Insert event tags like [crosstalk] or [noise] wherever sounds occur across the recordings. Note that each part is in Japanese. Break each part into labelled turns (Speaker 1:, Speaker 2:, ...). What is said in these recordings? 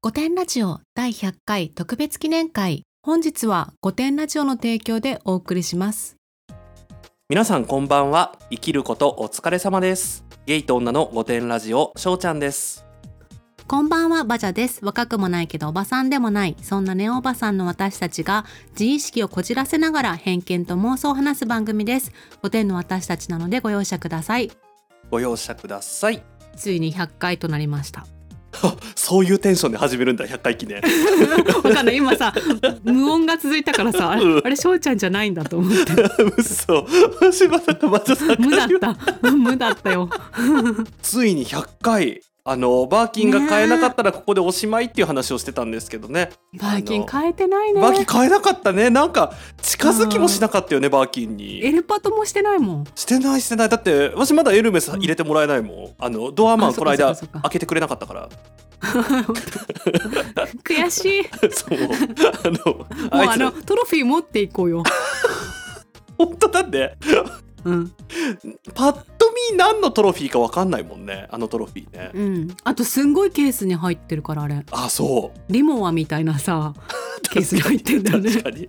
Speaker 1: 御殿ラジオ第100回特別記念会本日は御殿ラジオの提供でお送りします
Speaker 2: 皆さんこんばんは生きることお疲れ様ですゲイと女の御殿ラジオしょうちゃんです
Speaker 1: こんばんはバジャです若くもないけどおばさんでもないそんなネオおばさんの私たちが自意識をこじらせながら偏見と妄想を話す番組です御殿の私たちなのでご容赦ください
Speaker 2: ご容赦ください
Speaker 1: ついに100回となりました [laughs]
Speaker 2: そういうテンションで始めるんだ100回記念
Speaker 1: わ
Speaker 2: [laughs]
Speaker 1: かんない今さ無音が続いたからさあれあれしょうちゃんじゃないんだと思って
Speaker 2: 嘘柴田と松田さん
Speaker 1: 無
Speaker 2: が
Speaker 1: だった無だったよ
Speaker 2: ついに100回あのバーキンが買えなかったらここでおしまいっていう話をしてたんですけどね
Speaker 1: バーキン変えてないね
Speaker 2: バーキン買えなかったねなんか近づきもしなかったよねバーキンに
Speaker 1: エルパトもしてないもん
Speaker 2: してないしてないだって私まだエルメス入れてもらえないもん、あのドアマ
Speaker 1: あ
Speaker 2: ン
Speaker 1: そ
Speaker 2: こ
Speaker 1: っ
Speaker 2: の
Speaker 1: か
Speaker 2: 間
Speaker 1: そっかそっ
Speaker 2: 開
Speaker 1: か
Speaker 2: けてくれなかったから
Speaker 1: 悔
Speaker 2: [laughs]
Speaker 1: しい
Speaker 2: そうあ
Speaker 1: [laughs]
Speaker 2: の
Speaker 1: もう
Speaker 2: あい
Speaker 1: あ
Speaker 2: つ
Speaker 1: のトロフィー持っていこう
Speaker 2: [laughs]
Speaker 1: よ、
Speaker 2: 本当だって
Speaker 1: うん
Speaker 2: パッと見何のトロフィーか分かんないもんねあのトロフィーね、
Speaker 1: うん、あとすんごいケースに入ってるからあれ
Speaker 2: あそう
Speaker 1: リモアみたいな
Speaker 2: [laughs]
Speaker 1: さケースに入ってんだよね
Speaker 2: 確かに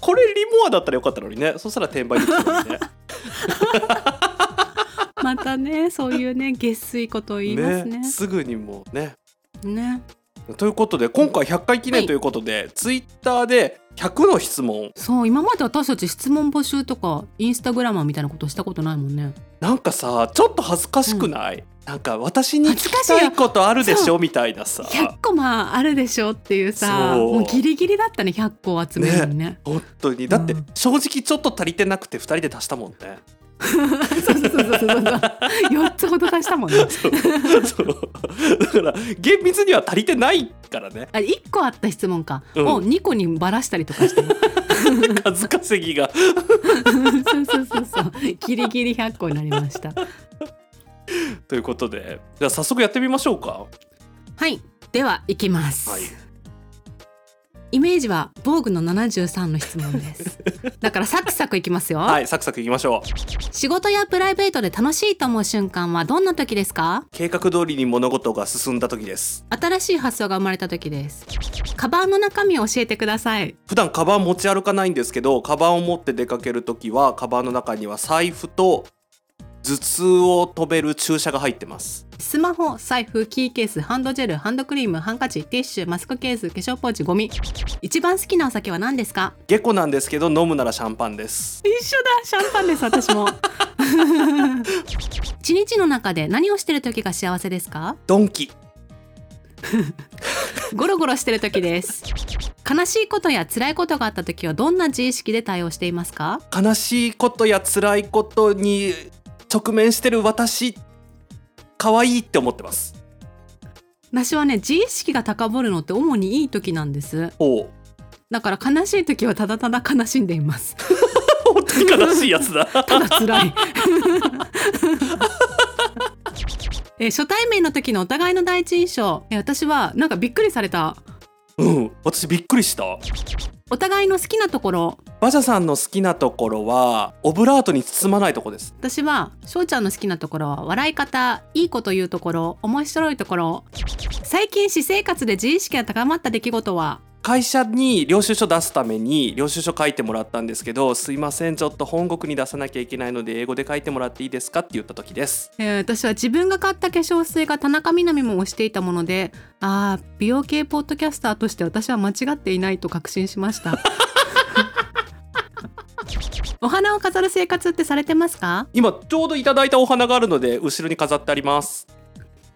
Speaker 2: [laughs] これリモアだったらよかったのにねそしたら転売できたのにね
Speaker 1: [laughs] またねそういうね下水ことを [laughs] 言いますね
Speaker 2: すぐにもうね
Speaker 1: ね
Speaker 2: ということで今回100回記念ということで、ツイッターで100の質問
Speaker 1: そう今まで私たち質問募集とかインスタグラマーみたいなことしたことないもんね
Speaker 2: なんかさちょっと恥ずかしくない、なんか私に聞きたいことあるでしょみたいなさ
Speaker 1: 100個まああるでしょっていうさ
Speaker 2: そう
Speaker 1: もうギリギリだったね100個集めるのに
Speaker 2: [laughs]
Speaker 1: ね
Speaker 2: 本当にだって
Speaker 1: うん
Speaker 2: 正直ちょっと足りてなくて2人で足したもんね
Speaker 1: そうそうそうそうそう4つほど足したもんね
Speaker 2: そう [laughs] そうだから厳密には足りてないからね
Speaker 1: あ1個あった質問か、
Speaker 2: うん
Speaker 1: を2個にばらしたりとかして
Speaker 2: 数稼ぎが
Speaker 1: そうそうそうそうギリギリ100個になりました
Speaker 2: ということでじゃあ早速やってみましょうか
Speaker 1: はいではいきます、
Speaker 2: はい
Speaker 1: イメージは防具の73の質問
Speaker 2: [laughs]
Speaker 1: ですだからサクサクいきますよ、
Speaker 2: はいサクサクいきましょう
Speaker 1: 仕事やプライベートで楽しいと思う瞬間はどんな時ですか
Speaker 2: 計画通りに物事が進んだ時です
Speaker 1: 新しい発想が生まれた時ですカバンの中身を教えてください
Speaker 2: 普段カバン持ち歩かないんですけどカバンを持って出かける時はカバンの中には財布と頭痛を止める注射が入ってます
Speaker 1: スマホ、財布、キーケース、ハンドジェル、ハンドクリーム、ハンカチ、ティッシュ、マスクケース、化粧ポーチ、ゴミ一番好きなお酒は何ですか
Speaker 2: 下戸なんですけど飲むならシャンパンです
Speaker 1: 一緒だシャンパンです私も一日の中で何をしてる時が幸せですか
Speaker 2: ドンキ
Speaker 1: ゴロゴロしてる時です悲しいことや辛いことがあった時はどんな自意識で対応していますか
Speaker 2: 悲しいことや辛いことに直面してる私可愛いって思ってます
Speaker 1: 私はね自意識が高ぶるのって主にいい時なんです
Speaker 2: おう
Speaker 1: だから悲しい時はただただ悲しんでいます
Speaker 2: 本当に悲しいやつだ
Speaker 1: ただ辛い [laughs] えー初対面の時のお互いの第一印象えー私はなんかびっくりされた
Speaker 2: うん私びっくりした
Speaker 1: お互いの好きなところ
Speaker 2: 馬車さんの好きなところはオブラートに包まないとこです
Speaker 1: 私は翔ちゃんの好きなところは笑い方いいこと言うところ面白いところ最近私生活で自意識が高まった出来事は
Speaker 2: 会社に領収書出すために領収書書いてもらったんですけど「すいませんちょっと本国に出さなきゃいけないので英語で書いてもらっていいですか?」って言った時です
Speaker 1: えー私は自分が買った化粧水が田中みな実も推していたものでああ美容系ポッドキャスターとして私は間違っていないと確信しました [laughs] お花を飾る生活ってされてますか
Speaker 2: 今ちょうどいただいたお花があるので後ろに飾ってあります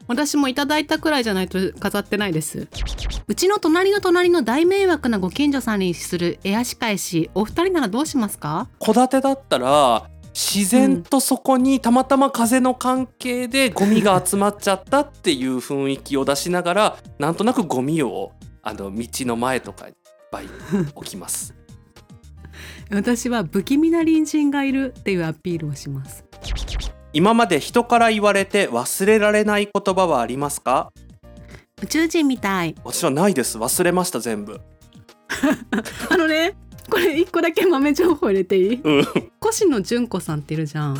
Speaker 1: 私もいただいたくらいじゃないと飾ってないですうちの隣の隣の大迷惑なご近所さんにするエア仕返しお二人ならどうしますか
Speaker 2: 戸建てだったら自然とそこにたまたま風の関係でゴミが集まっちゃったっていう雰囲気を出しながらなんとなくゴミをあの道の前とかにいっ [laughs] ぱい置きます。
Speaker 1: 私は不気味な隣人がいるっていうアピールをします
Speaker 2: 今まで人から言われて忘れられない言葉はありますか
Speaker 1: 宇宙人みたい
Speaker 2: 私はないです忘れました全部
Speaker 1: あのねこれ一個だけ豆情報入れていい
Speaker 2: うん
Speaker 1: 越野純子さんっているじゃん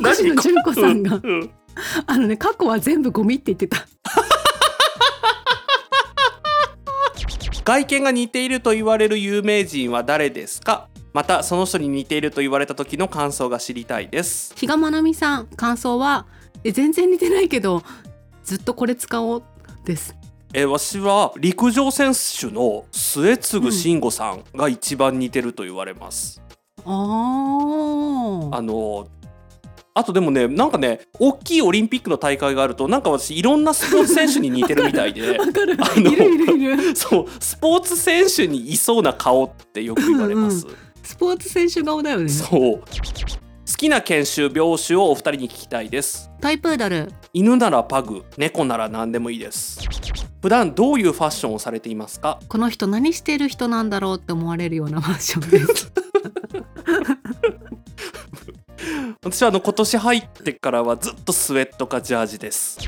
Speaker 1: 越野純子さんが
Speaker 2: うん
Speaker 1: あのね過去は全部ゴミって言ってた
Speaker 2: 外見が似ていると言われる有名人は誰ですかまたその人に似ていると言われた時の感想が知りたいです
Speaker 1: 比嘉愛未さん感想はえ全然似てないけどずっとこれ使おうです
Speaker 2: えわしは陸上選手の末次慎吾さんが一番似てると言われます、
Speaker 1: あー
Speaker 2: あのあとでもねなんかね大きいオリンピックの大会があるとなんか私いろんなスポーツ選手に似てるみたい [laughs] で
Speaker 1: わかる
Speaker 2: あ
Speaker 1: い
Speaker 2: の
Speaker 1: るいるいる
Speaker 2: そうスポーツ選手にいそうな顔ってよく言われます、
Speaker 1: スポーツ選手顔だよね
Speaker 2: そう好きな犬種病種をお二人に聞きたいです
Speaker 1: トイプードル
Speaker 2: 犬ならパグ猫なら何でもいいです普段どういうファッションをされていますか
Speaker 1: この人何してる人なんだろうって思われるようなファッションです
Speaker 2: [laughs] 私はあの今年入ってからはずっとスウェットかジャージです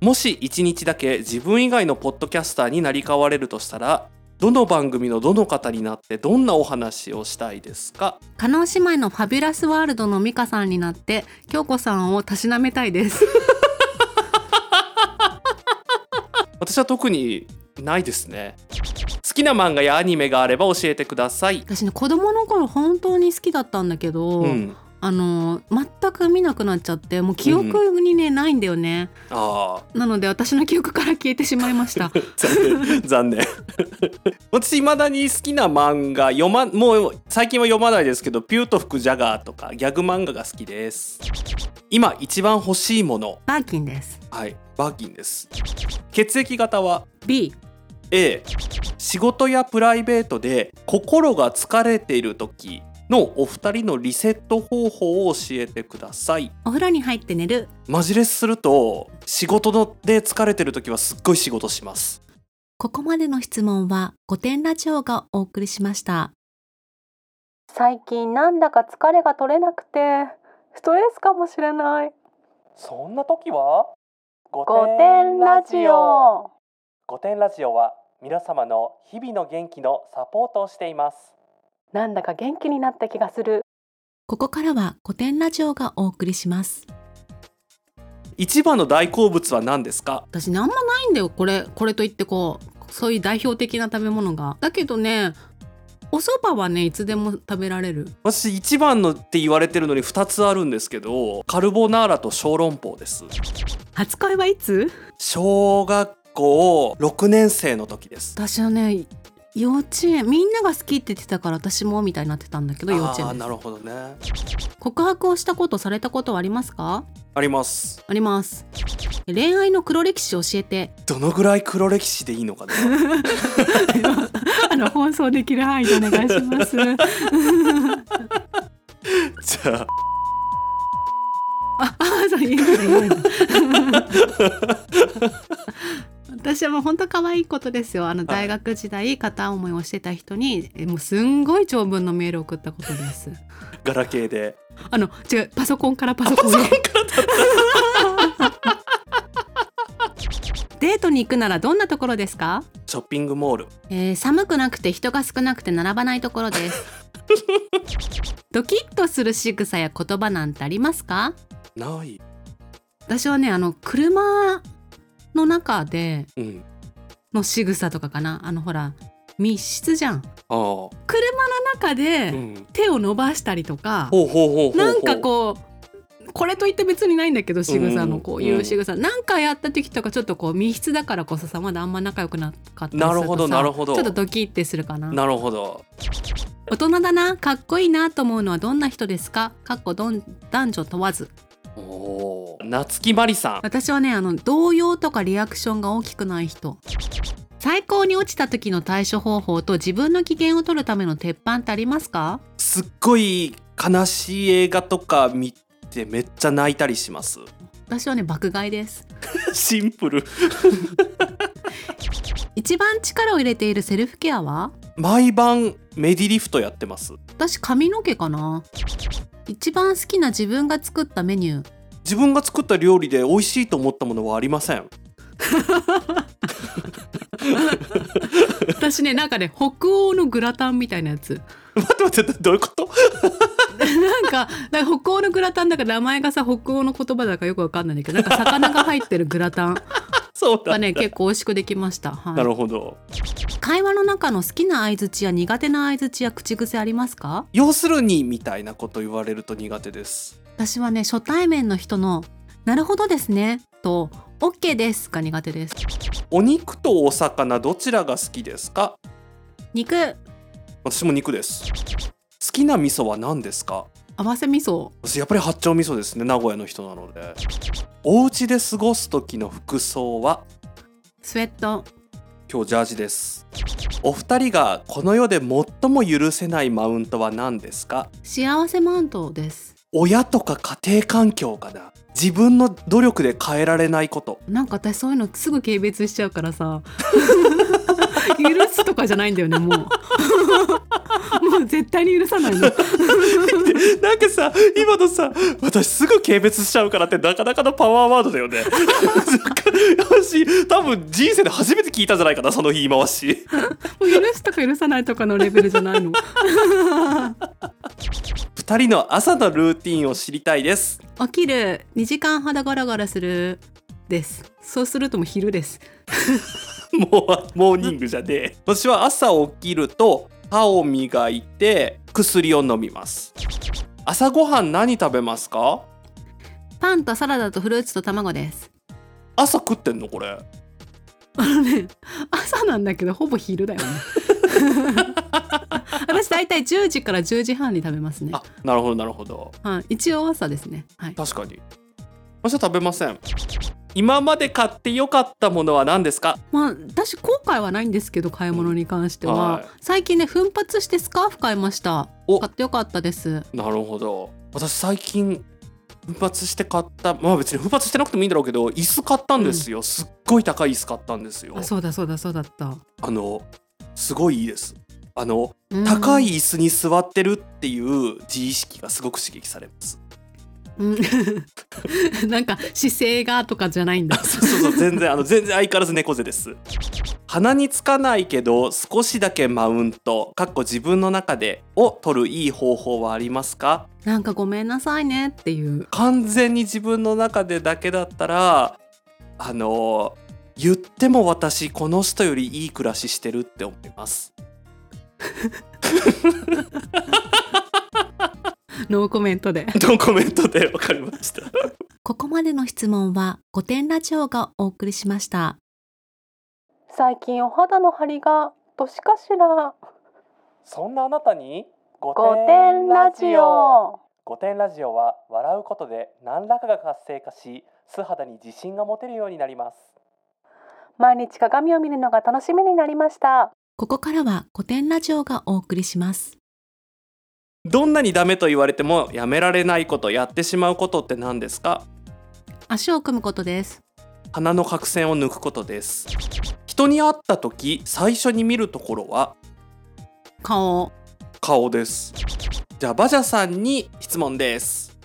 Speaker 2: もし1日だけ自分以外のポッドキャスターになり変われるとしたらどの番組のどの方になってどんなお話をしたいですか
Speaker 1: 加納姉妹のファビュラスワールドの美香さんになって京子さんをたしなめたいです
Speaker 2: 私は特にないですね好きな漫画やアニメがあれば教えてください
Speaker 1: 私ね子供の頃本当に好きだったんだけど、
Speaker 2: うん
Speaker 1: あの全く見なくなっちゃってもう記憶にね、ないんだよね
Speaker 2: ああ
Speaker 1: なので私の記憶から消えてしまいま
Speaker 2: [laughs]
Speaker 1: した
Speaker 2: 残念残念 [laughs] 私いまだに好きな漫画読まもう最近は読まないですけど「ピュート吹くジャガー」とかギャグ漫画が好きです今一番欲しいもの
Speaker 1: バーキンです
Speaker 2: はいバーキンです血液型は
Speaker 1: B
Speaker 2: A 仕事やプライベートで心が疲れている時のお二人のリセット方法を教えてください
Speaker 1: お風呂に入って寝る
Speaker 2: マジレスすると仕事ので疲れてる時はすっごい仕事します
Speaker 1: ここまでの質問は五点ラジオがお送りしました
Speaker 3: 最近なんだか疲れが取れなくてストレスかもしれない
Speaker 2: そんな時は
Speaker 3: 五点ラジオ
Speaker 2: 五点ラジオは皆様の日々の元気のサポートをしています。
Speaker 3: なんだか元気になった気がする
Speaker 1: ここからは古典ラジオがお送りします
Speaker 2: 一番の大好物は何ですか？
Speaker 1: 私ねあんまないんだよこれこれといってこうそういう代表的な食べ物がだけどねお蕎麦はねいつでも食べられる
Speaker 2: 私一番のって言われてるのに二つあるんですけど、カルボナーラと小籠包です。
Speaker 1: 初恋はいつ
Speaker 2: 小学校六年生の時です。
Speaker 1: 私はね幼稚園みんなが好きって言ってたから私もみたいになってたんだけど幼稚
Speaker 2: あー
Speaker 1: 園で
Speaker 2: な
Speaker 1: す
Speaker 2: るほどね。
Speaker 1: 告白をしたことされたことはありますか
Speaker 2: あります。
Speaker 1: あります恋愛の黒歴史教えて [laughs]
Speaker 2: どのぐらい黒歴史でいいのかな。
Speaker 1: あの放送できる範囲でお願いします
Speaker 2: [laughs] じゃあ
Speaker 1: あ、あ、そう言えない言えない [laughs] 私はもう本当可愛いことですよ。あの大学時代片思いをしてた人に、えもうすんごい長文のメールを送ったことです。
Speaker 2: ガラケーで。
Speaker 1: あの違うパソコンからパソコンへ。 [laughs] デートに行くならどんなところですか？
Speaker 2: ショッピングモール
Speaker 1: えー寒くなくて人が少なくて並ばないところ [laughs] です。ドキッとする仕草や言葉なんてありますか？
Speaker 2: ない。
Speaker 1: 私はねあの車の中で
Speaker 2: うん。
Speaker 1: の仕草とかかなあのほら密室じゃん
Speaker 2: ああ。う
Speaker 1: 車の中で
Speaker 2: ん。
Speaker 1: 手を伸ばしたりとか、
Speaker 2: ほうほうほうほうほう。
Speaker 1: なんかこうこれといって別にないんだけど仕草
Speaker 2: うん
Speaker 1: のこういう仕草、なんかやった時とかちょっとこう密室だからこそさまだあんま仲良くなかったりするとさ
Speaker 2: なるほどなるほど
Speaker 1: ちょっとドキってするかな
Speaker 2: なるほど。
Speaker 1: 大人だなかっこいいなと思うのはどんな人ですかかっこどん男女問わず
Speaker 2: おお。夏木マリさん。
Speaker 1: 私はねあの動揺とかリアクションが大きくない人最高に落ちた時の対処方法と自分の機嫌を取るための鉄板ってありますか
Speaker 2: すっごい悲しい映画とか見てめっちゃ泣いたりします。
Speaker 1: 私はね爆買いです
Speaker 2: シンプル。
Speaker 1: 一番力を入れているセルフケアは
Speaker 2: 毎晩メディリフトやってます。
Speaker 1: 私髪の毛かな一番好きな自分が作ったメニュー
Speaker 2: 自分が作った料理で美味しいと思ったものはありません。
Speaker 1: 私ねなんかね北欧のグラタンみたいなやつ
Speaker 2: 待って待ってどういうこと？
Speaker 1: なんかなんか北欧のグラタンだから名前がさ北欧の言葉だからよくわかんないんだけどなんか魚が入ってるグラタン
Speaker 2: そそう
Speaker 1: が
Speaker 2: だ、 [laughs]
Speaker 1: ね結構美味しくできました、はい
Speaker 2: なるほど
Speaker 1: 会話の中の好きな相槌や苦手な相槌や口癖ありますか
Speaker 2: 要するにみたいなこと言われると苦手です
Speaker 1: 私はね初対面の人の「なるほどですね」と「OK です」が苦手です
Speaker 2: お肉とお魚どちらが好きですか
Speaker 1: 肉
Speaker 2: 私も肉です好きな味噌は何ですか
Speaker 1: 合わせ味噌
Speaker 2: 私やっぱり八丁味噌ですね名古屋の人なのでお家で過ごす時の服装は
Speaker 1: スウェット
Speaker 2: 今日ジャージですお二人がこの世で最も許せないマウントは何ですか
Speaker 1: 幸せマウントです
Speaker 2: 親とか家庭環境かな自分の努力で変えられないこと [laughs]
Speaker 1: なんか私そういうのすぐ軽蔑しちゃうからさ許すとかじゃないんだよねもうもう [laughs] 絶対に許さないの
Speaker 2: なんかさ今のさ私すぐ軽蔑しちゃうからってなかなかのパワーワードだよね [laughs] 私多分人生で初めて聞いたんじゃないかなその言い回し
Speaker 1: もう許すとか許さないとかのレベルじゃないの
Speaker 2: 二人の朝のルーティンを知りたいです
Speaker 1: 起きる2時間肌ガラガラするですそうするともう昼です
Speaker 2: もうモーニングじゃねえ私は朝起きると歯を磨いて薬を飲みます朝ごはん何食べますか
Speaker 1: パンとサラダとフルーツと卵です
Speaker 2: 朝食ってんのこれ
Speaker 1: あのね朝なんだけどほぼ昼だよね [laughs] 私だいたい10時から10時半に食べますね
Speaker 2: あなるほどなるほど
Speaker 1: はい、一応朝ですねはい
Speaker 2: 確かに私は食べません今まで買って良かったものは何ですか
Speaker 1: まあ、私後悔はないんですけど買い物に関しては、
Speaker 2: はい
Speaker 1: 最近ね奮発してスカーフ買いました
Speaker 2: お
Speaker 1: 買ってよかったです
Speaker 2: なるほど私最近奮発して買ったまあ別に奮発してなくてもいいんだろうけど椅子買ったんですよ、すっごい高い椅子買ったんですよ
Speaker 1: あそうだそうだそうだった
Speaker 2: あのすごいいいですあの高い、椅子に座ってるっていう自意識がすごく刺激されます。
Speaker 1: うん [laughs] うんなんか姿勢がとかじゃないんだ
Speaker 2: そうそうそう全然あの全然相変わらず猫背です。鼻につかないけど少しだけマウント（かっこ自分の中で）を取るいい方法はありますか
Speaker 1: なんかごめんなさいねっていう
Speaker 2: 完全に自分の中でだけだったらあの言っても私この人よりいい暮らししてるって思います。
Speaker 1: ノーコメントで
Speaker 2: のコメントでわかりました。
Speaker 1: ここまでの質問は「御殿ラジオ」がお送りしました
Speaker 3: 最近お肌の張りが年かしら
Speaker 2: [laughs] そんなあなたに御
Speaker 3: 御殿ラジオ
Speaker 2: 五点ラジオは笑うことで何らかが活性化し素肌に自信が持てるようになります
Speaker 3: 毎日鏡を見るのが楽しみになりました
Speaker 1: ここからは「御殿ラジオ」がお送りします
Speaker 2: どんなにダメと言われてもやめられないことやってしまうことって何ですか
Speaker 1: 足を組むことです
Speaker 2: 鼻の角栓を抜くことです人に会った時最初に見るところは
Speaker 1: 顔
Speaker 2: 顔ですじゃあバジャさんに質問です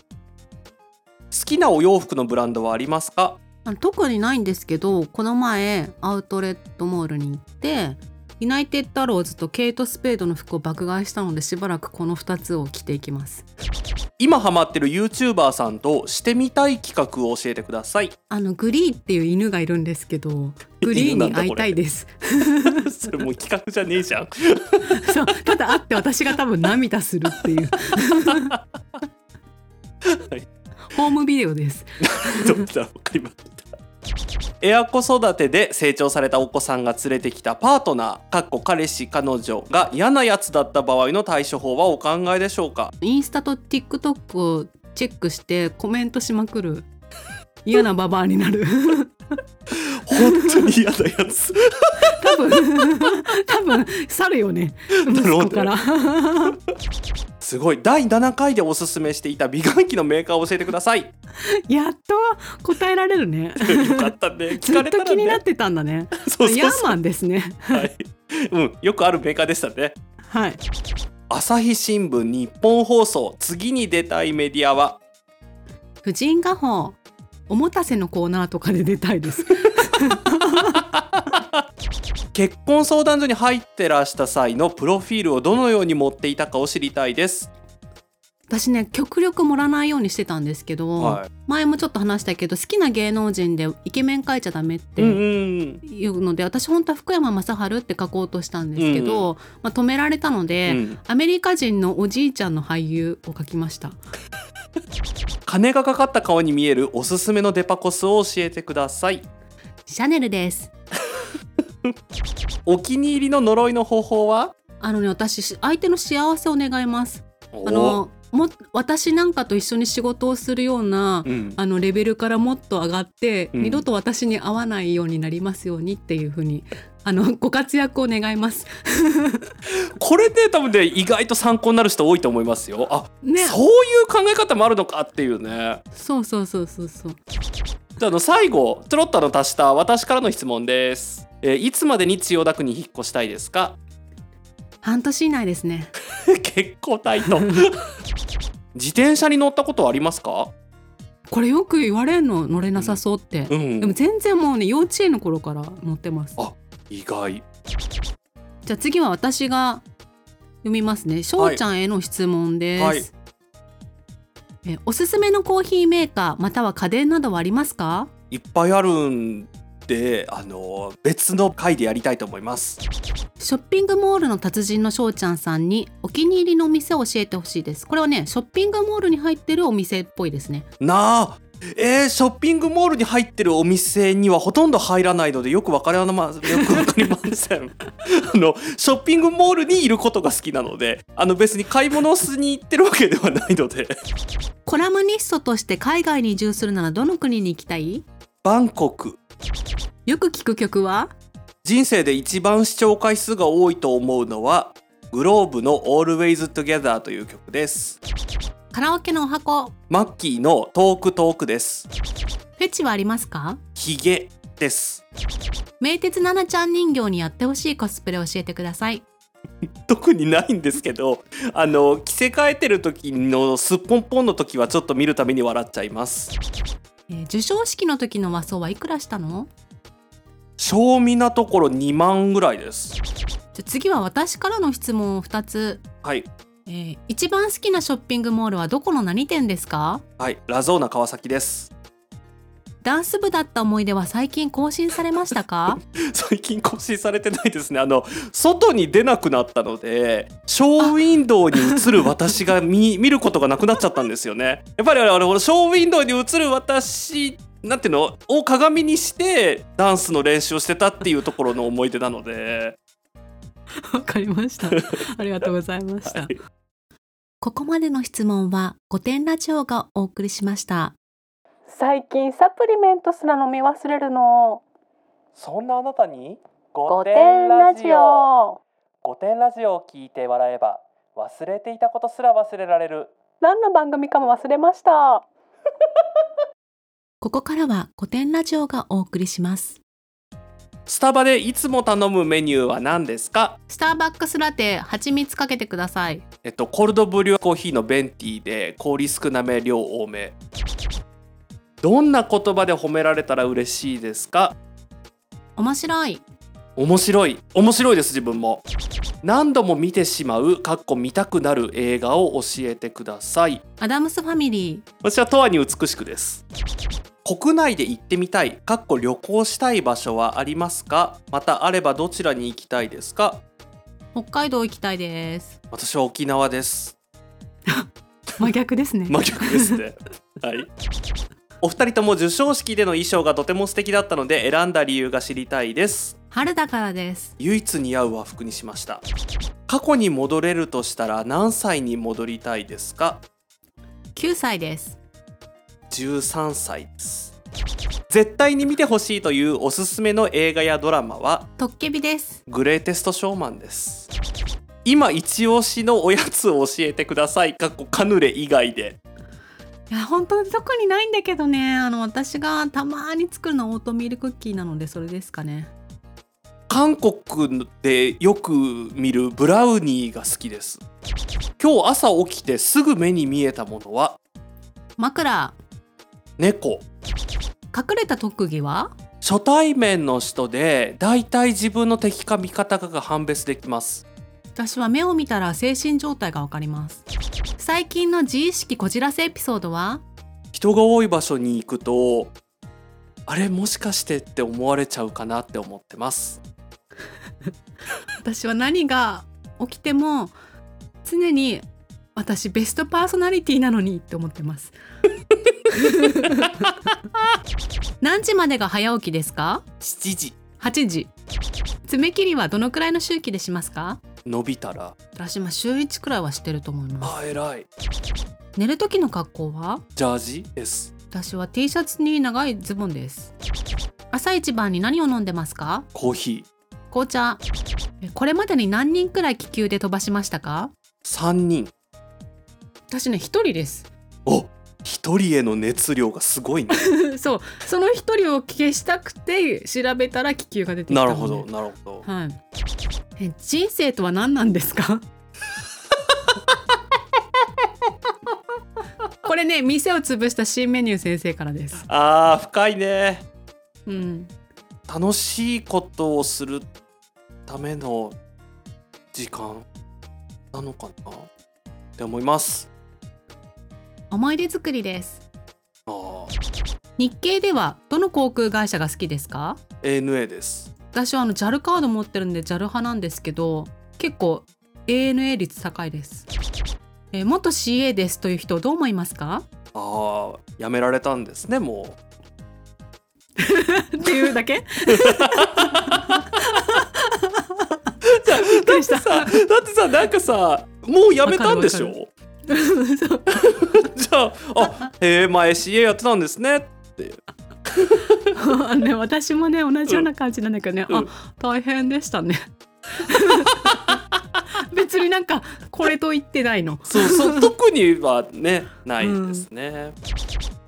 Speaker 2: 好きなお洋服のブランドはありますか
Speaker 1: あの特にないんですけどこの前アウトレットモールに行ってユナイテッドアローズとケイト・スペードの服を爆買いしたのでしばらくこの2つを着ていきます
Speaker 2: 今ハマってる YouTuber さんとしてみたい企画を教えてください [laughs]
Speaker 1: あのグリーっていう犬がいるんですけどグリーに会いたいです [laughs]
Speaker 2: それもう企画じゃねえじゃん
Speaker 1: そうただ会って私が多分涙するっていう [laughs] ホームビデオです
Speaker 2: [laughs] どうだわかりました。親子育てで成長されたお子さんが連れてきたパートナー、かっこ彼氏彼女が嫌なやつだった場合の対処法はお考えでしょうか。
Speaker 1: インスタと TikTok をチェックしてコメントしまくる嫌なババアになる [laughs]
Speaker 2: 本当に嫌なやつ。
Speaker 1: 多分 [laughs] 多分去るよね息
Speaker 2: ろうね
Speaker 1: 子から
Speaker 2: すごい。第7回でおすすめしていた美顔器のメーカーを教えてくだ
Speaker 1: [laughs]
Speaker 2: さい。
Speaker 1: やっと答えられるね
Speaker 2: よかったね。聞
Speaker 1: ず
Speaker 2: か
Speaker 1: っ
Speaker 2: れた
Speaker 1: と
Speaker 2: らね。
Speaker 1: 気になってたんだね
Speaker 2: そうそ
Speaker 1: ヤ
Speaker 2: う
Speaker 1: ー
Speaker 2: そう。
Speaker 1: マンですね
Speaker 2: はい。うん、よくあるメーカーでしたね。
Speaker 1: はい
Speaker 2: 朝日新聞日本放送次に出たいメディアは
Speaker 1: 婦人画報おもたせのコーナーとかで出たいです
Speaker 2: 結婚相談所に入ってらした際のプロフィールをどのように持っていたかを知りたいです
Speaker 1: 私ね極力盛らないようにしてたんですけど、
Speaker 2: は
Speaker 1: 前もちょっと話したけど好きな芸能人でイケメン描いちゃダメっ
Speaker 2: い。
Speaker 1: て
Speaker 2: うんうん
Speaker 1: いうので、私本当は福山雅治って書こうとしたんですけど、まあ、止められたの
Speaker 2: う
Speaker 1: で、
Speaker 2: ん。
Speaker 1: アメリカ人のおじいちゃんの俳優を書きました
Speaker 2: 金がかかった顔に見えるおすすめのデパコスを教えてください。
Speaker 1: シャネルです
Speaker 2: お気に入りの呪いの方法は？
Speaker 1: あのね私し相手の幸せを願います
Speaker 2: お
Speaker 1: あのも私なんかと一緒に仕事をするような
Speaker 2: うん。
Speaker 1: あのレベルからもっと上がって、
Speaker 2: うん
Speaker 1: 二度と私に会わないようになりますようにっていうふうにあの [laughs] ご活躍を願います。
Speaker 2: これで多分ね意外と参考になる人多いと思いますよ。あ、
Speaker 1: ね、
Speaker 2: そういう考え方もあるのかっていうね。
Speaker 1: そうそうそうそうそう。
Speaker 2: じゃああの最後ちょろっとあの足した私からの質問です。えーいつまでに千代田区に引っ越したいですか？
Speaker 1: 半年以内ですね。
Speaker 2: 結構タ [laughs] イト。自転車に乗ったことはありますか？
Speaker 1: これよく言われるの乗れなさそうって。
Speaker 2: うん
Speaker 1: でも全然もうね幼稚園の頃から乗ってます
Speaker 2: あ。意外。
Speaker 1: じゃあ次は私が読みますね。しょうちゃんへの質問です。
Speaker 2: はい
Speaker 1: えおすすめのコーヒーメーカーまたは家電などはありますか？
Speaker 2: いっぱいあるんで、あの別の回でやりたいと思います。
Speaker 1: ショッピングモールの達人のしょうちゃんさんにお気に入りのお店を教えてほしいですこれはねショッピングモールに入ってるお店っぽいですね
Speaker 2: なあ。えー、ショッピングモールに入ってるお店にはほとんど入らないのでよくわからなまよくわかりませ [laughs] んあのショッピングモールにいることが好きなのであの別に買い物をしに行ってるわけではないので
Speaker 1: コラムニストとして海外に移住するならどの国に行きたい
Speaker 2: バンコク
Speaker 1: よく聞く曲は
Speaker 2: 人生で一番視聴回数が多いと思うのはグローブの「Always Together」という曲です
Speaker 1: カラオケのお箱
Speaker 2: マッキーの「トークトーク」です
Speaker 1: フェチはありますか
Speaker 2: ヒゲです
Speaker 1: 名鉄ななちゃん人形にやってほしいコスプレ教えてください
Speaker 2: 特にないんですけどあの着せ替えてる時のすっぽんぽんの時はちょっと見るために笑っちゃいます
Speaker 1: えー授賞式の時の和装はいくらしたの
Speaker 2: 賞味なところ2万ぐらいです
Speaker 1: じゃあ次は私からの質問を2つ、
Speaker 2: はい
Speaker 1: えー一番好きなショッピングモールはどこの何店ですか
Speaker 2: はいラゾーナ川崎です
Speaker 1: ダンス部だった思い出は最近更新されましたか
Speaker 2: 最近更新されてないですねあの外に出なくなったのでショーウィンドウに映る私が [laughs] 見見ることがなくなっちゃったんですよねやっぱりあのショーウィンドウに映る私なんていうのを鏡にしてダンスの練習をしてたっていうところの思い出なので
Speaker 1: [laughs] わかりました [laughs] ありがとうございました、
Speaker 2: はい
Speaker 1: ここまでの質問は五点ラジオがお送りしました
Speaker 3: 最近サプリメントすら飲み忘れるの
Speaker 2: そんなあなたに
Speaker 3: 五点ラジオ
Speaker 2: 五点ラジオを聞いて笑えば忘れていたことすら忘れられる
Speaker 3: 何の番組かも忘れました
Speaker 1: ここからは五点ラジオがお送りします
Speaker 2: スタバでいつも頼むメニューは何ですか
Speaker 1: スターバックスラテ蜂蜜かけてください
Speaker 2: えっとコールドブリューコーヒーのベンティーで氷少なめ量多めどんな言葉で褒められたら嬉しいですか
Speaker 1: 面白い
Speaker 2: 面白い面白いです自分も何度も見てしまうかっこ見たくなる映画を教えてください
Speaker 1: アダムスファミリー
Speaker 2: 私は永遠に美しくです国内で行ってみたいかっこ旅行したい場所はありますかまたあればどちらに行きたいですか
Speaker 1: 北海道行きたいです
Speaker 2: 私は沖縄です
Speaker 1: 真逆ですね
Speaker 2: 真逆ですねはいお二人とも授賞式での衣装がとても素敵だったので選んだ理由が知りたいです
Speaker 1: 春だからです
Speaker 2: 唯一似合う和服にしました過去に戻れるとしたら何歳に戻りたいですか
Speaker 1: 9歳です
Speaker 2: 13歳です絶対に見てほしいというおすすめの映画やドラマは
Speaker 1: トッケビです
Speaker 2: グレイテストショーマンです今一押しのおやつを教えてくださいかっこカヌレ以外で
Speaker 1: いや本当に特にないんだけどねあの私がたまに作るのはオートミールクッキーなのでそれですかね
Speaker 2: 韓国でよく見るブラウニーが好きです今日朝起きてすぐ目に見えたものは
Speaker 1: 枕
Speaker 2: 猫
Speaker 1: 隠れた特技は
Speaker 2: 初対面の人でだいたい自分の敵か味方かが判別できます
Speaker 1: 私は目を見たら精神状態がわかります最近の自意識こじらせエピソードは
Speaker 2: 人が多い場所に行くとあれもしかしてって思われちゃうかなって思ってます
Speaker 1: 私は何が起きても常に私ベストパーソナリティなのにって思ってます [laughs] 何時までが早起きですか
Speaker 2: 7時
Speaker 1: 8時爪切りはどのくらいの周期でしますか
Speaker 2: 伸びたら
Speaker 1: 私今週1くらいはしてると思いま
Speaker 2: あ偉い
Speaker 1: す寝る時の格好は
Speaker 2: ジャージです
Speaker 1: 私は T シャツに長いズボンです朝一番に何を飲んでますか
Speaker 2: コーヒ
Speaker 1: 紅茶えこれまでに何人くらい気球で飛ばしましたか
Speaker 2: ー3人
Speaker 1: 私ね一人です
Speaker 2: お一人への熱量がすご [laughs] いね
Speaker 1: そうその一人を消したくて調べたら気球が出てきたの
Speaker 2: なる
Speaker 1: で
Speaker 2: ほどなるほど
Speaker 1: はいえ人生とは何なんです
Speaker 2: [laughs]
Speaker 1: かこれね店を潰した新メニュー先生からです
Speaker 2: あー深いね
Speaker 1: うん
Speaker 2: 楽しいことをするための時間なのかなって思います
Speaker 1: 思い出作りです
Speaker 2: あー
Speaker 1: 日経ではどの航空会社が好きですか
Speaker 2: ANA です
Speaker 1: 私はあの JAL カード持ってるんで JAL 派なんですけど結構 ANA 率高いです、えー元 CA ですという人どう思いますか
Speaker 2: ああやめられたんですねも
Speaker 1: っていう [laughs] だけ
Speaker 2: う
Speaker 1: びっくりした
Speaker 2: だってさなんかさもうやめたんでし
Speaker 1: わか
Speaker 2: ょ [laughs] じゃああへえ前 CA やってたんですね
Speaker 1: あのね私もね同じような感じなんだけどね、
Speaker 2: うんうん
Speaker 1: あ大変でした [laughs] ね別になんかこれと言ってないの
Speaker 2: そうそう [laughs] 特にはねないですね、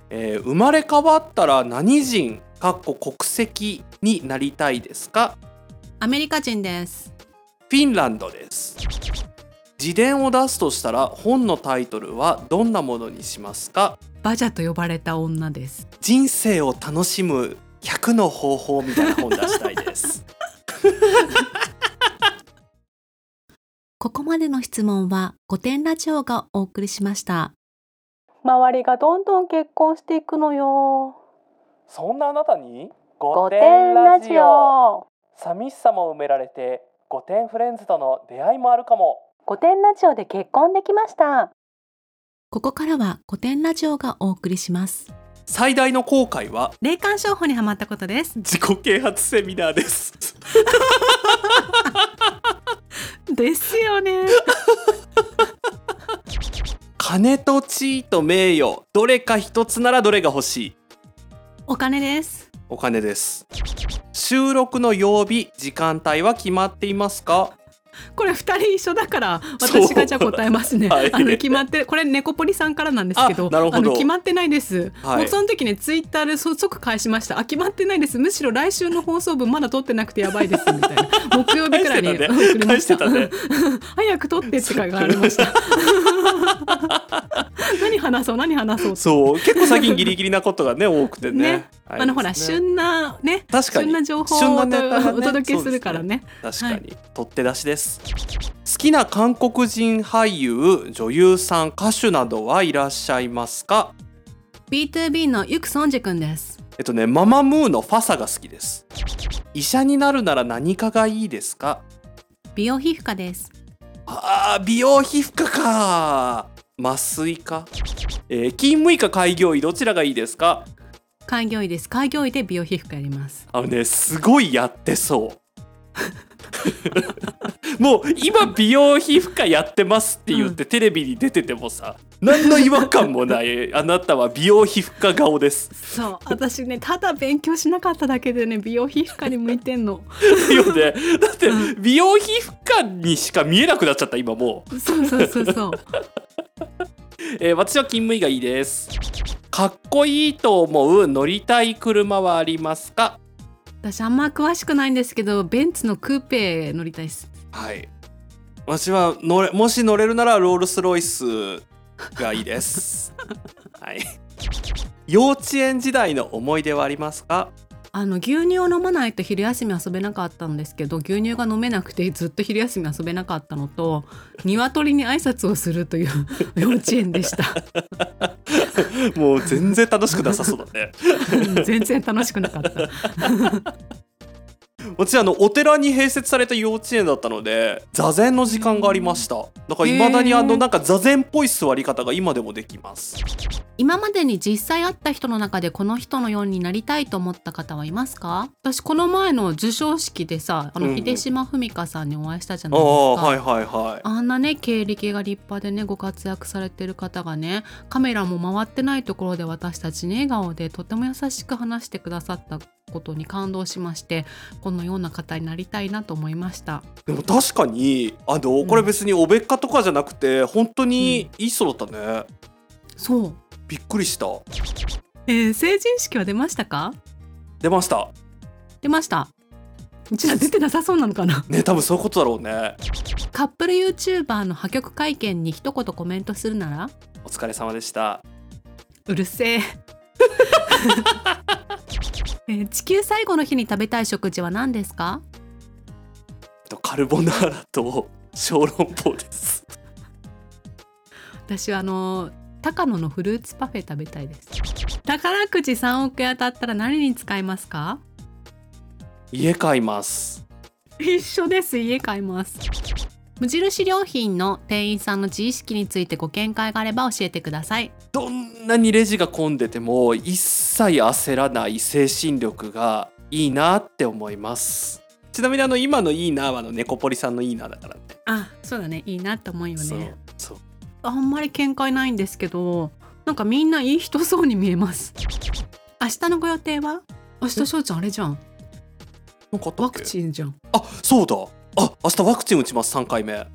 Speaker 2: えー生まれ変わったら何人かっこ国籍になりたいですか
Speaker 1: アメリカ人です
Speaker 2: フィンランドです自伝を出すとしたら本のタイトルはどんなものにしますか
Speaker 1: バジャと呼ばれた女です
Speaker 2: 人生を楽しむ100の方法みたいな本出したいです
Speaker 1: ここまでの質問は5点ラジオがお送りしました
Speaker 3: 周りがどんどん結婚していくのよ
Speaker 2: [laughs] そんなあなたに
Speaker 3: 御殿ラジオ
Speaker 2: 寂しさも埋められて御殿フレンズとの出会いもあるかも
Speaker 3: 御殿ラジオで結婚できました
Speaker 1: ここからは古典ラジオがお送りします
Speaker 2: 最大の後悔は
Speaker 1: 霊感商法にハマったことです
Speaker 2: 自己啓発セミナーです。
Speaker 1: ですよね
Speaker 2: 金と地位と名誉、どれか一つならどれが欲しい。
Speaker 1: [laughs] お金です
Speaker 2: お金です。収録の曜日、時間帯は決まっていますか。
Speaker 1: これ二人一緒だから
Speaker 2: そう
Speaker 1: 私がじゃあ答えますね、
Speaker 2: はい
Speaker 1: あの決まってこれ猫ポリさんからなんですけど
Speaker 2: あなるほど
Speaker 1: の決まってないです、
Speaker 2: はい
Speaker 1: もうその時ねツイッターでそ即返しましたあ決まってないですむしろ来週の放送分まだ撮ってなくてやばいですみたい
Speaker 2: [laughs]
Speaker 1: な木曜日くらいに
Speaker 2: 返してたね
Speaker 1: 送りました
Speaker 2: 返して
Speaker 1: [laughs] 早く撮ってって会がありました [laughs] 何話そう何話そうって
Speaker 2: そう、結構最近ギリギリなことがね、多くて
Speaker 1: [laughs]
Speaker 2: ね。
Speaker 1: ね
Speaker 2: あ
Speaker 1: あのほら旬なね
Speaker 2: 確かに
Speaker 1: 旬な情報を
Speaker 2: 旬な
Speaker 1: お,、
Speaker 2: ネタがね
Speaker 1: 届けするからね
Speaker 2: 確かに、取って出しです。好きな韓国人俳優、女優さん、歌手などはいらっしゃいますか。
Speaker 1: B2B のユクソンジ君です
Speaker 2: えっとね、ママムーのファサが好きです。医者になるなら何かがいいですか。
Speaker 1: 美容皮膚科です
Speaker 2: あー美容皮膚科か麻酔か、えー勤務医か開業医どちらがいいですか
Speaker 1: 開業医です開業医で美容皮膚科やります
Speaker 2: あのねすごいやってそう [laughs] もう今美容皮膚科やってますって言ってテレビに出ててもさ何の違和感もないあなたは美容皮膚科顔です
Speaker 1: そう私ねただ勉強しなかっただけでね美容皮膚科に向いてんの
Speaker 2: よねだって美容皮膚科にしか見えなくなっちゃった今も
Speaker 1: [laughs]
Speaker 2: う、
Speaker 1: そうそうそうそう
Speaker 2: えー私は勤務医がいいですかっこいいと思う乗りたい車はありますか
Speaker 1: 私あんま詳しくないんですけどベンツのクーペ乗りたいです
Speaker 2: はい。私は乗れもし乗れるならロールスロイスがいい
Speaker 1: [laughs]
Speaker 2: です。はい。幼稚園時代の思い出はありますか？
Speaker 1: あの牛乳を飲まないと昼休み遊べなかったんですけど牛乳が飲めなくてずっと昼休み遊べなかったのと鶏に挨拶をするという [laughs] 幼稚園でした [laughs]
Speaker 2: もう全然楽しくなさそうだ
Speaker 1: [laughs]
Speaker 2: ね。
Speaker 1: うん全然楽しくなかった
Speaker 2: 私あのお寺に併設された幼稚園だったので座禅の時間がありましただからいまだにあ
Speaker 1: へ
Speaker 2: の
Speaker 1: ー
Speaker 2: なんか座禅っぽい座り方が今でもできます
Speaker 1: 今までに実際会った人の中でこの人のようになりたいと思った方はいますか私この前の授賞式でさあ
Speaker 2: う
Speaker 1: の
Speaker 2: んうん
Speaker 1: 秀島文香さんにお会いしたじゃ
Speaker 2: あ
Speaker 1: ないですか、
Speaker 2: あはいはいはい
Speaker 1: あんなね経歴が立派でねご活躍されてる方がねカメラも回ってないところで私たちに笑顔でとても優しく話してくださったことに感動しましてこのような方になりたいなと思いました
Speaker 2: でも確かにあのこれ別におべっかとかじゃなくて本当にいい人だったね
Speaker 1: そう、
Speaker 2: びっくりした
Speaker 1: えー成人式は出ましたか
Speaker 2: 出ました
Speaker 1: 出ましたうちら出てなさそうなのかな
Speaker 2: ね多分そういうことだろうね
Speaker 1: カップル YouTuber の破局会見に一言コメントするなら
Speaker 2: お疲れ様でした
Speaker 1: うるせえ [laughs] えー地球最後の日に食べたい食事は何ですか
Speaker 2: とカルボナーラと小籠包です [laughs]
Speaker 1: 私はあの高野のフルーツパフェ食べたいです宝くじ3億円当たったら何に使いますか
Speaker 2: 家買います
Speaker 1: 一緒です家買います無印良品の店員さんの自意識についてご見解があれば教えてください
Speaker 2: どんなにレジが混んでても一切焦らない精神力がいいなって思いますちなみにあの今のいいなはあの猫ポリさんのいいなだからね
Speaker 1: あそうだねいいなと思うよ
Speaker 2: そう
Speaker 1: ね
Speaker 2: そう
Speaker 1: あんまり見解ないんですけどなんかみんないい人そうに見えます明日のご予定は明日翔ちゃんあれじゃん
Speaker 2: なんかあったっ
Speaker 1: ワ
Speaker 2: け
Speaker 1: クチンじゃん [laughs]
Speaker 2: あそうだあ明日ワクチン打ちます3回目ね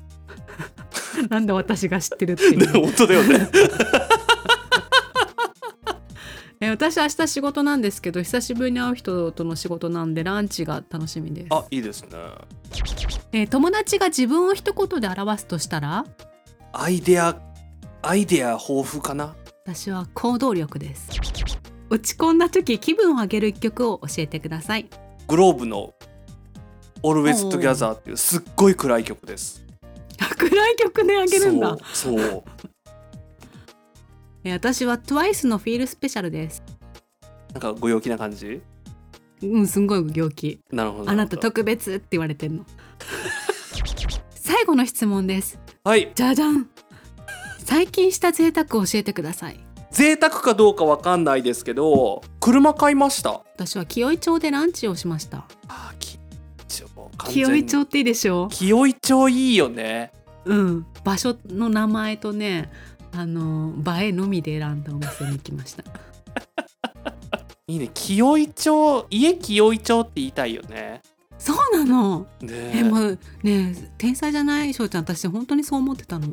Speaker 1: なんで私が知ってるっていう
Speaker 2: 本当だ
Speaker 1: [laughs]
Speaker 2: よね
Speaker 1: え私明日仕事なんですけど久しぶりに会う人との仕事なんでランチが楽しみです、
Speaker 2: あいいですね
Speaker 1: えー友達が自分を一言で表すとしたら
Speaker 2: アイデアアイデア豊富かな
Speaker 1: 私は行動力です落ち込んだ時気分を上げる一曲を教えてください [laughs]
Speaker 2: グローブの「Always
Speaker 1: おう
Speaker 2: Together」っていうすっごい暗い曲です
Speaker 1: あ暗い曲で上げるんだ、
Speaker 2: そうそう
Speaker 1: えー私は TWICE のフィールスペシャルです
Speaker 2: なんかご陽気な感じ
Speaker 1: うんすんごい行気
Speaker 2: なるほど
Speaker 1: あなた
Speaker 2: るほど
Speaker 1: 特別って言われてんの [laughs] 最後の質問です
Speaker 2: はい
Speaker 1: じゃじゃん最近した贅沢を教えてください
Speaker 2: 贅沢かどうかわかんないですけど車買いました
Speaker 1: 私は清井町でランチをしました
Speaker 2: あーきちょ
Speaker 1: 清井町
Speaker 2: 完全
Speaker 1: っていいでしょ
Speaker 2: に清井町いいよね
Speaker 1: うん場所の名前とねあの映えのみで選んだお店に行きました
Speaker 2: いいね清井町家清井町って言いたいよね
Speaker 1: そうなの
Speaker 2: ね
Speaker 1: えもうねえ天才じゃない翔ちゃん私本当にそう思ってたの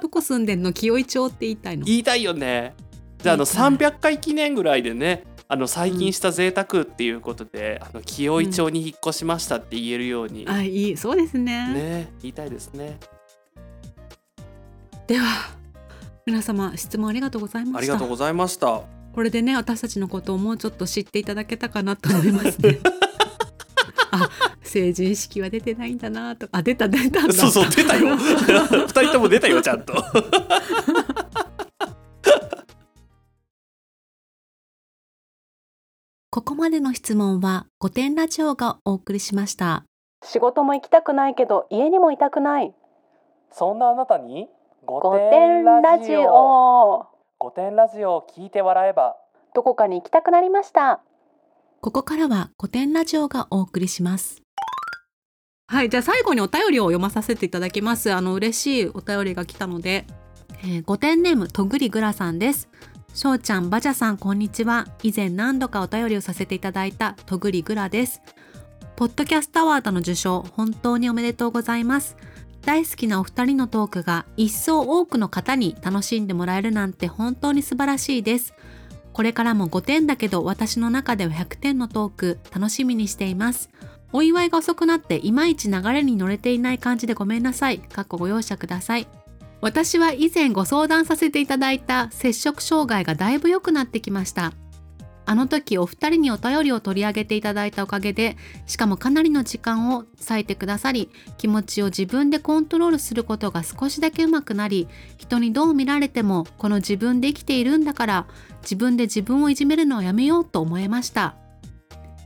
Speaker 1: どこ住んでんの清井町って言いたいの
Speaker 2: 言いたいよねじゃああの
Speaker 1: 言い
Speaker 2: 300回記念ぐらいでねあの最近した贅沢っていうことで、あの清井町に引っ越しましたって言えるように、
Speaker 1: あいいそうですね
Speaker 2: ね言いたいですね
Speaker 1: では皆様質問ありがとうございま
Speaker 2: あ
Speaker 1: し
Speaker 2: り
Speaker 1: た
Speaker 2: がとうござい
Speaker 1: [laughs]
Speaker 2: ました
Speaker 1: これでね私たちのことをもうちょっと知っていただけたかなと思います
Speaker 2: [laughs]
Speaker 1: ね。あ成人式は出てないんだなとあ出た出たんだ
Speaker 2: そうそう出たよ二人とも出たよちゃんと
Speaker 1: [laughs] ここまでの質問は五点ラジオがお送りしました
Speaker 3: 仕事も行きたくないけど家にもいたくない
Speaker 2: そんなあなたに
Speaker 3: 御殿ラジオ
Speaker 2: 五点ラジオを聞いて笑えば
Speaker 3: どこかに行きたくなりました
Speaker 1: ここからは五点ラジオがお送りしますはいじゃあ最後にお便りを読まさせていただきますあの嬉しいお便りが来たので、えー、五点ネームとぐりぐらさんですしょうちゃんばじゃさんこんにちは以前何度かお便りをさせていただいたとぐりぐらですポッドキャストアワードの受賞本当におめでとうございます大好きなお二人のトークが一層多くの方に楽しんでもらえるなんて本当に素晴らしいですこれからも5点だけど私の中では100点のトーク楽しみにしています。お祝いが遅くなっていまいち流れに乗れていない感じでごめんなさい。かっこご容赦ください。私は以前ご相談させていただいた摂食障害がだいぶ良くなってきました。あの時お二人にお便りを取り上げていただいたおかげでしかもかなりの時間を割いてくださり気持ちを自分でコントロールすることが少しだけうまくなり人にどう見られてもこの自分で生きているんだから自分で自分をいじめるのをやめようと思えました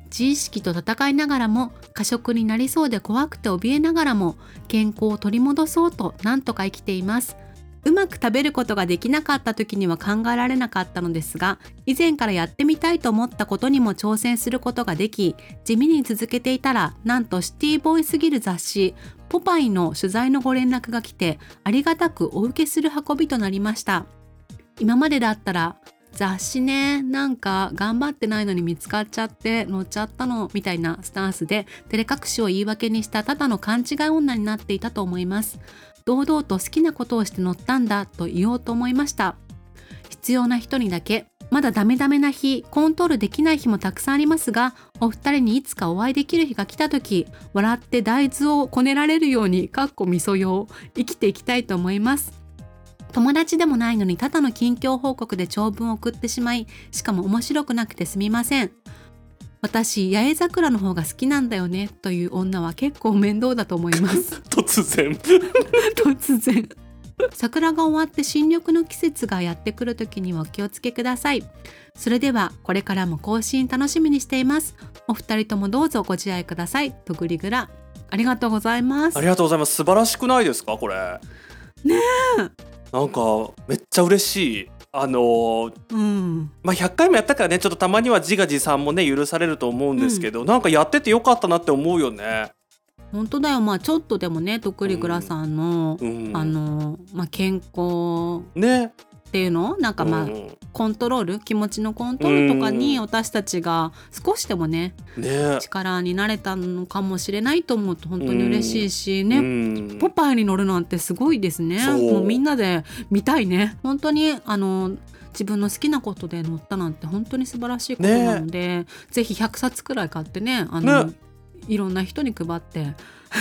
Speaker 1: 自意識と戦いながらも過食になりそうで怖くて怯えながらも健康を取り戻そうとなんとか生きていますうまく食べることができなかった時には考えられなかったのですが以前からやってみたいと思ったことにも挑戦することができ地味に続けていたらなんとシティボーイすぎる雑誌「ポパイ」の取材のご連絡が来てありがたくお受けする運びとなりました今までだったら雑誌ねなんか頑張ってないのに見つかっちゃって乗っちゃったのみたいなスタンスで照れ隠しを言い訳にしたただの勘違い女になっていたと思います堂々と好きなことをして乗ったんだと言おうと思いました必要な人にだけまだダメダメな日コントロールできない日もたくさんありますがお二人にいつかお会いできる日が来た時笑って大豆をこねられるようにかっこみそ用生きていきたいと思います友達でもないのにただの近況報告で長文を送ってしまいしかも面白くなくてすみません私八重桜の方が好きなんだよねという女は結構面倒だと思います
Speaker 2: [laughs] 突然
Speaker 1: 突然桜が終わって新緑の季節がやってくる時にはお気をつけくださいそれではこれからも更新楽しみにしていますお二人ともどうぞご自愛くださいとぐりぐらありがとうございます
Speaker 2: ありがとうございます素晴らしくないですかこれ
Speaker 1: ね
Speaker 2: なんかめっちゃ嬉しいあのー
Speaker 1: うん
Speaker 2: まあ、100回もやったからねちょっとたまには自画自賛もね許されると思うんですけど、なんかやっててよかったなって思うよね。
Speaker 1: 本当だよまあちょっとでもねとくりぐらさんの、
Speaker 2: うん、
Speaker 1: あのまあ、健康
Speaker 2: ね、
Speaker 1: っていうのなんかまあ、
Speaker 2: うん
Speaker 1: コントロール気持ちのコントロールとかに
Speaker 2: うん
Speaker 1: 私たちが少しでもね
Speaker 2: ね
Speaker 1: 力になれたのかもしれないと思うと本当に嬉しいしね、
Speaker 2: うん
Speaker 1: ポパイに乗るなんてすごいですね
Speaker 2: そう
Speaker 1: もうみんなで見たいね本当にあの自分の好きなことで乗ったなんて本当に素晴らしいこと
Speaker 2: ね
Speaker 1: なので、ぜひ100冊くらい買ってねあの
Speaker 2: ね
Speaker 1: いろんな人に配って [laughs]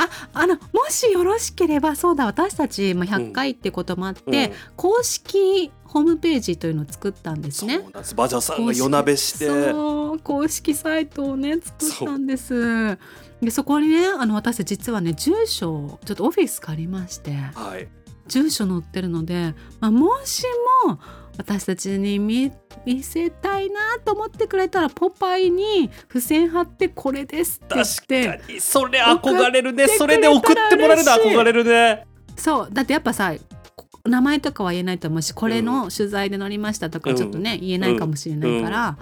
Speaker 1: ああのもしよろしければそうだ私たちも100回ってこともあって、
Speaker 2: うん
Speaker 1: 公式ホームページというのを作ったんです
Speaker 2: そうな
Speaker 1: ね
Speaker 2: ん。ですバジャさんが夜なべして
Speaker 1: そう公式サイトをね作ったんですでそこにねあの私実はね住所をちょっとオフィス借りまして
Speaker 2: はい
Speaker 1: 住所載ってるので、まあ、もしも私たちに見見せたいなと思ってくれたらポパイに付箋貼ってこれですって言っ
Speaker 2: 確
Speaker 1: て
Speaker 2: かにそれ憧れるね
Speaker 1: 送って
Speaker 2: それで送ってもら
Speaker 1: く
Speaker 2: えるの
Speaker 1: れたら嬉しい
Speaker 2: 憧れるね
Speaker 1: そうだってやっぱさこ名前とかは言えないと思うしこれの取材で乗りましたとか
Speaker 2: うん
Speaker 1: ちょっとね、言えないかもしれないから、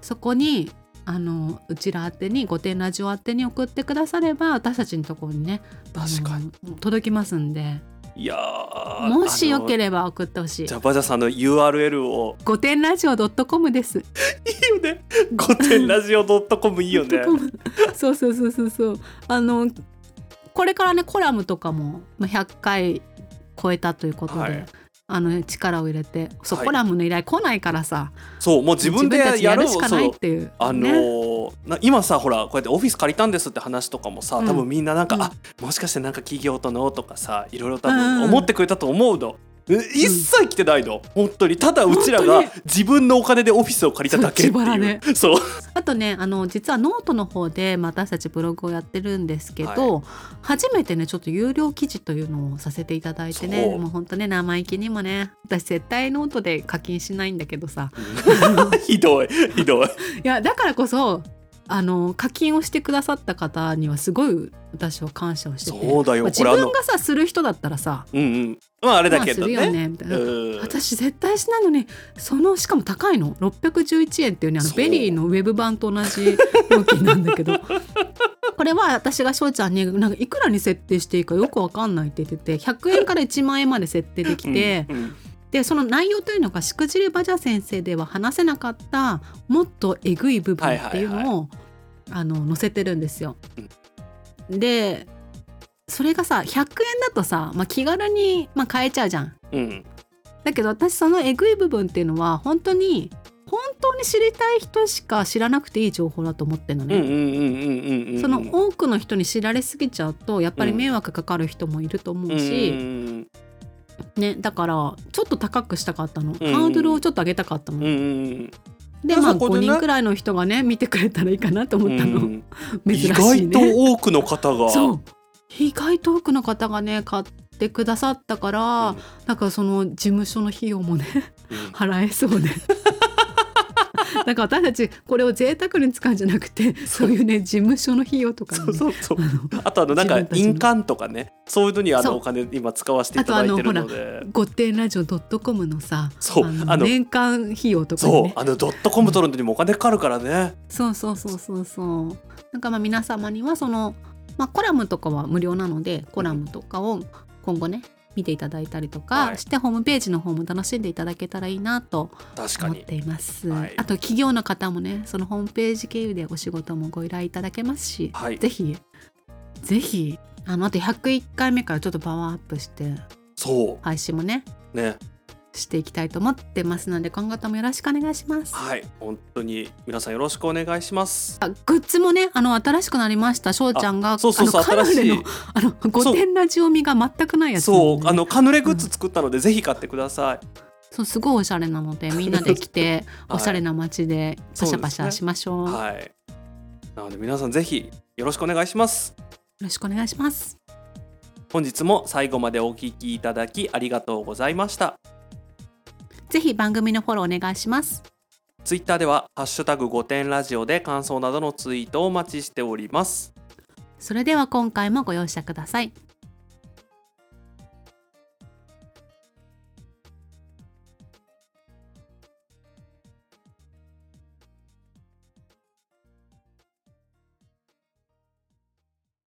Speaker 1: そこにあのうちら宛てに御殿ラジオ宛てに送ってくだされば私たちのところにねあの
Speaker 2: 確かに
Speaker 1: 届きますんで
Speaker 2: いやー
Speaker 1: もしよけ
Speaker 2: ば
Speaker 1: れば送ってほしい
Speaker 2: じゃあバジャさんの URL を
Speaker 1: 御殿ラジオ .com です。
Speaker 2: いいよね御殿ラジオ .com いいよね
Speaker 1: .com [laughs] そうそうそうそうそうあのこれからねコラムとかもまあ100回超えたということで、
Speaker 2: はい
Speaker 1: あの力を入れてそう、
Speaker 2: はい
Speaker 1: コラムの依頼来ないからさ
Speaker 2: そうもう自分で
Speaker 1: たち
Speaker 2: やろう
Speaker 1: しかない
Speaker 2: そ
Speaker 1: っ
Speaker 2: う
Speaker 1: ていう
Speaker 2: あの
Speaker 1: ね
Speaker 2: ーな今さほらこうやってオフィス借りたんですって話とかもさ
Speaker 1: うん
Speaker 2: 多分みんななんか、
Speaker 1: うん
Speaker 2: あもしかしてなんか企業とのとかさいろいろ多
Speaker 1: うん
Speaker 2: 分思ってくれたと思うの、え一切来てないの本当にただうちらが
Speaker 1: 本
Speaker 2: 自分のお金でオフィスを借りただけって
Speaker 1: そう自腹
Speaker 2: いう
Speaker 1: ね [laughs]
Speaker 2: そう
Speaker 1: あとねあの実はノートの方で、まあ、私たちブログをやってるんですけど、初めてねちょっと有料記事というのをさせていただいてね
Speaker 2: そう
Speaker 1: もう本当ね生意気にもね私絶対ノートで課金しないんだけどさ
Speaker 2: ひどいひどい
Speaker 1: いやだからこそあの課金をしてくださった方にはすごい私は感謝をしてて、
Speaker 2: そうだよ
Speaker 1: まあ
Speaker 2: こ
Speaker 1: 自
Speaker 2: れあ
Speaker 1: 分
Speaker 2: の
Speaker 1: がさする人だったらさ
Speaker 2: うんうんまああれだ
Speaker 1: まあ
Speaker 2: け
Speaker 1: す
Speaker 2: ど
Speaker 1: る
Speaker 2: ね,、
Speaker 1: よねみたいな、
Speaker 2: うん
Speaker 1: 私絶対しないのにそのしかも高いの611円っていうねあの
Speaker 2: そう
Speaker 1: ベリーのウェブ版と同じ料金なんだけど [laughs] これは私が翔ちゃんになんかいくらに設定していいかよくわかんないって言ってて100円から1万円まで設定できて、
Speaker 2: うんうん
Speaker 1: でその内容というのがしくじりバジャ先生では話せなかったもっとえぐい部分っていう
Speaker 2: はい
Speaker 1: のを、あの載せてるんですよ。でそれがさ100円だとさ、まあ、気軽に、まあ、買えちゃうじゃん。
Speaker 2: うん
Speaker 1: だけど私そのえぐい部分っていうのは本当に本当に知りたい人しか知らなくていい情報だと思ってるの
Speaker 2: うんう
Speaker 1: ね。
Speaker 2: んうんうんうんうんうん
Speaker 1: その多くの人に知られすぎちゃうとやっぱり迷惑かかる人もいると思う
Speaker 2: うんう
Speaker 1: し、
Speaker 2: ん
Speaker 1: ね、だからちょっと高くしたかったの、
Speaker 2: うん
Speaker 1: ハードルをちょっと上げたかったの、
Speaker 2: うんうんうん
Speaker 1: で
Speaker 4: で
Speaker 1: まあ
Speaker 4: そこ
Speaker 1: 5
Speaker 4: でね
Speaker 1: 人くらいの人がね見てくれたらいいかなと思ったの、
Speaker 2: うん
Speaker 1: [laughs] 珍
Speaker 2: 意
Speaker 1: しい
Speaker 2: 外と
Speaker 1: ね
Speaker 2: 多くの方が
Speaker 1: そう意外と多くの方がね買ってくださったから、
Speaker 2: うん
Speaker 1: なんかその事務所の費用もね
Speaker 2: うん
Speaker 1: 払えそうで [laughs] なんか私たちこれを贅沢に使うんじゃなくてそういうね事務所の費用とか
Speaker 2: そ
Speaker 1: に
Speaker 2: う
Speaker 1: ね
Speaker 2: そうそう
Speaker 1: あの
Speaker 2: あとあのなんか
Speaker 1: 自分たちの
Speaker 2: 印鑑とかねそういうのにあ
Speaker 1: そ
Speaker 2: の
Speaker 1: う
Speaker 2: お金今使わせていただいてるので
Speaker 1: ごてんラジオ .com のさ
Speaker 2: そうあの
Speaker 1: 年間費用とかに
Speaker 2: そう
Speaker 1: ね
Speaker 2: あのドットコム取るのにもお金かかるからね
Speaker 1: そうそうそうそうそうなんかまあ皆様にはその、まあ、コラムとかは無料なのでコラムとかを今後ね見ていただいたりと
Speaker 2: は
Speaker 1: か
Speaker 2: い
Speaker 1: して、ホームページの方も楽しんでいただけたらいいなと
Speaker 2: 確か
Speaker 1: 思っ
Speaker 2: に
Speaker 1: ています、
Speaker 2: はい
Speaker 1: あと企業の方もねそのホームページ経由でお仕事もご依頼いただけますし、
Speaker 2: はい
Speaker 1: ぜひぜひあのあと101回目からちょっとパワーアップして
Speaker 2: そ
Speaker 1: 配信もね
Speaker 2: うね
Speaker 1: していきたいと思ってますので今後ともよろしくお願いします。
Speaker 2: はい本当に皆さんよろしくお願いします
Speaker 1: あグッズもねあの新しくなりました翔ちゃんがあ
Speaker 2: そうそうそう
Speaker 1: のカラフ
Speaker 2: 新し
Speaker 1: ル
Speaker 2: い
Speaker 1: のあの5点ラジオ味が全くないやつなんで
Speaker 2: そ
Speaker 1: ね
Speaker 2: うあのカヌレグッズ作ったのでぜひ買ってください
Speaker 1: そうすごいおしゃれなのでみんなで来て、
Speaker 2: [laughs] はい
Speaker 1: おしゃれな街でパシャパシャしましょうよ
Speaker 2: はいなので皆さんぜひよろしくお願いします
Speaker 1: ろしくお願いします
Speaker 2: 本日も最後までお聞きいただきありがとうございました
Speaker 1: ぜひ番組のフォローお願いします
Speaker 2: ツイッターではハッシュタグ5点ラジオで感想などのツイートをお待ちしております
Speaker 1: それでは今回もご容赦ください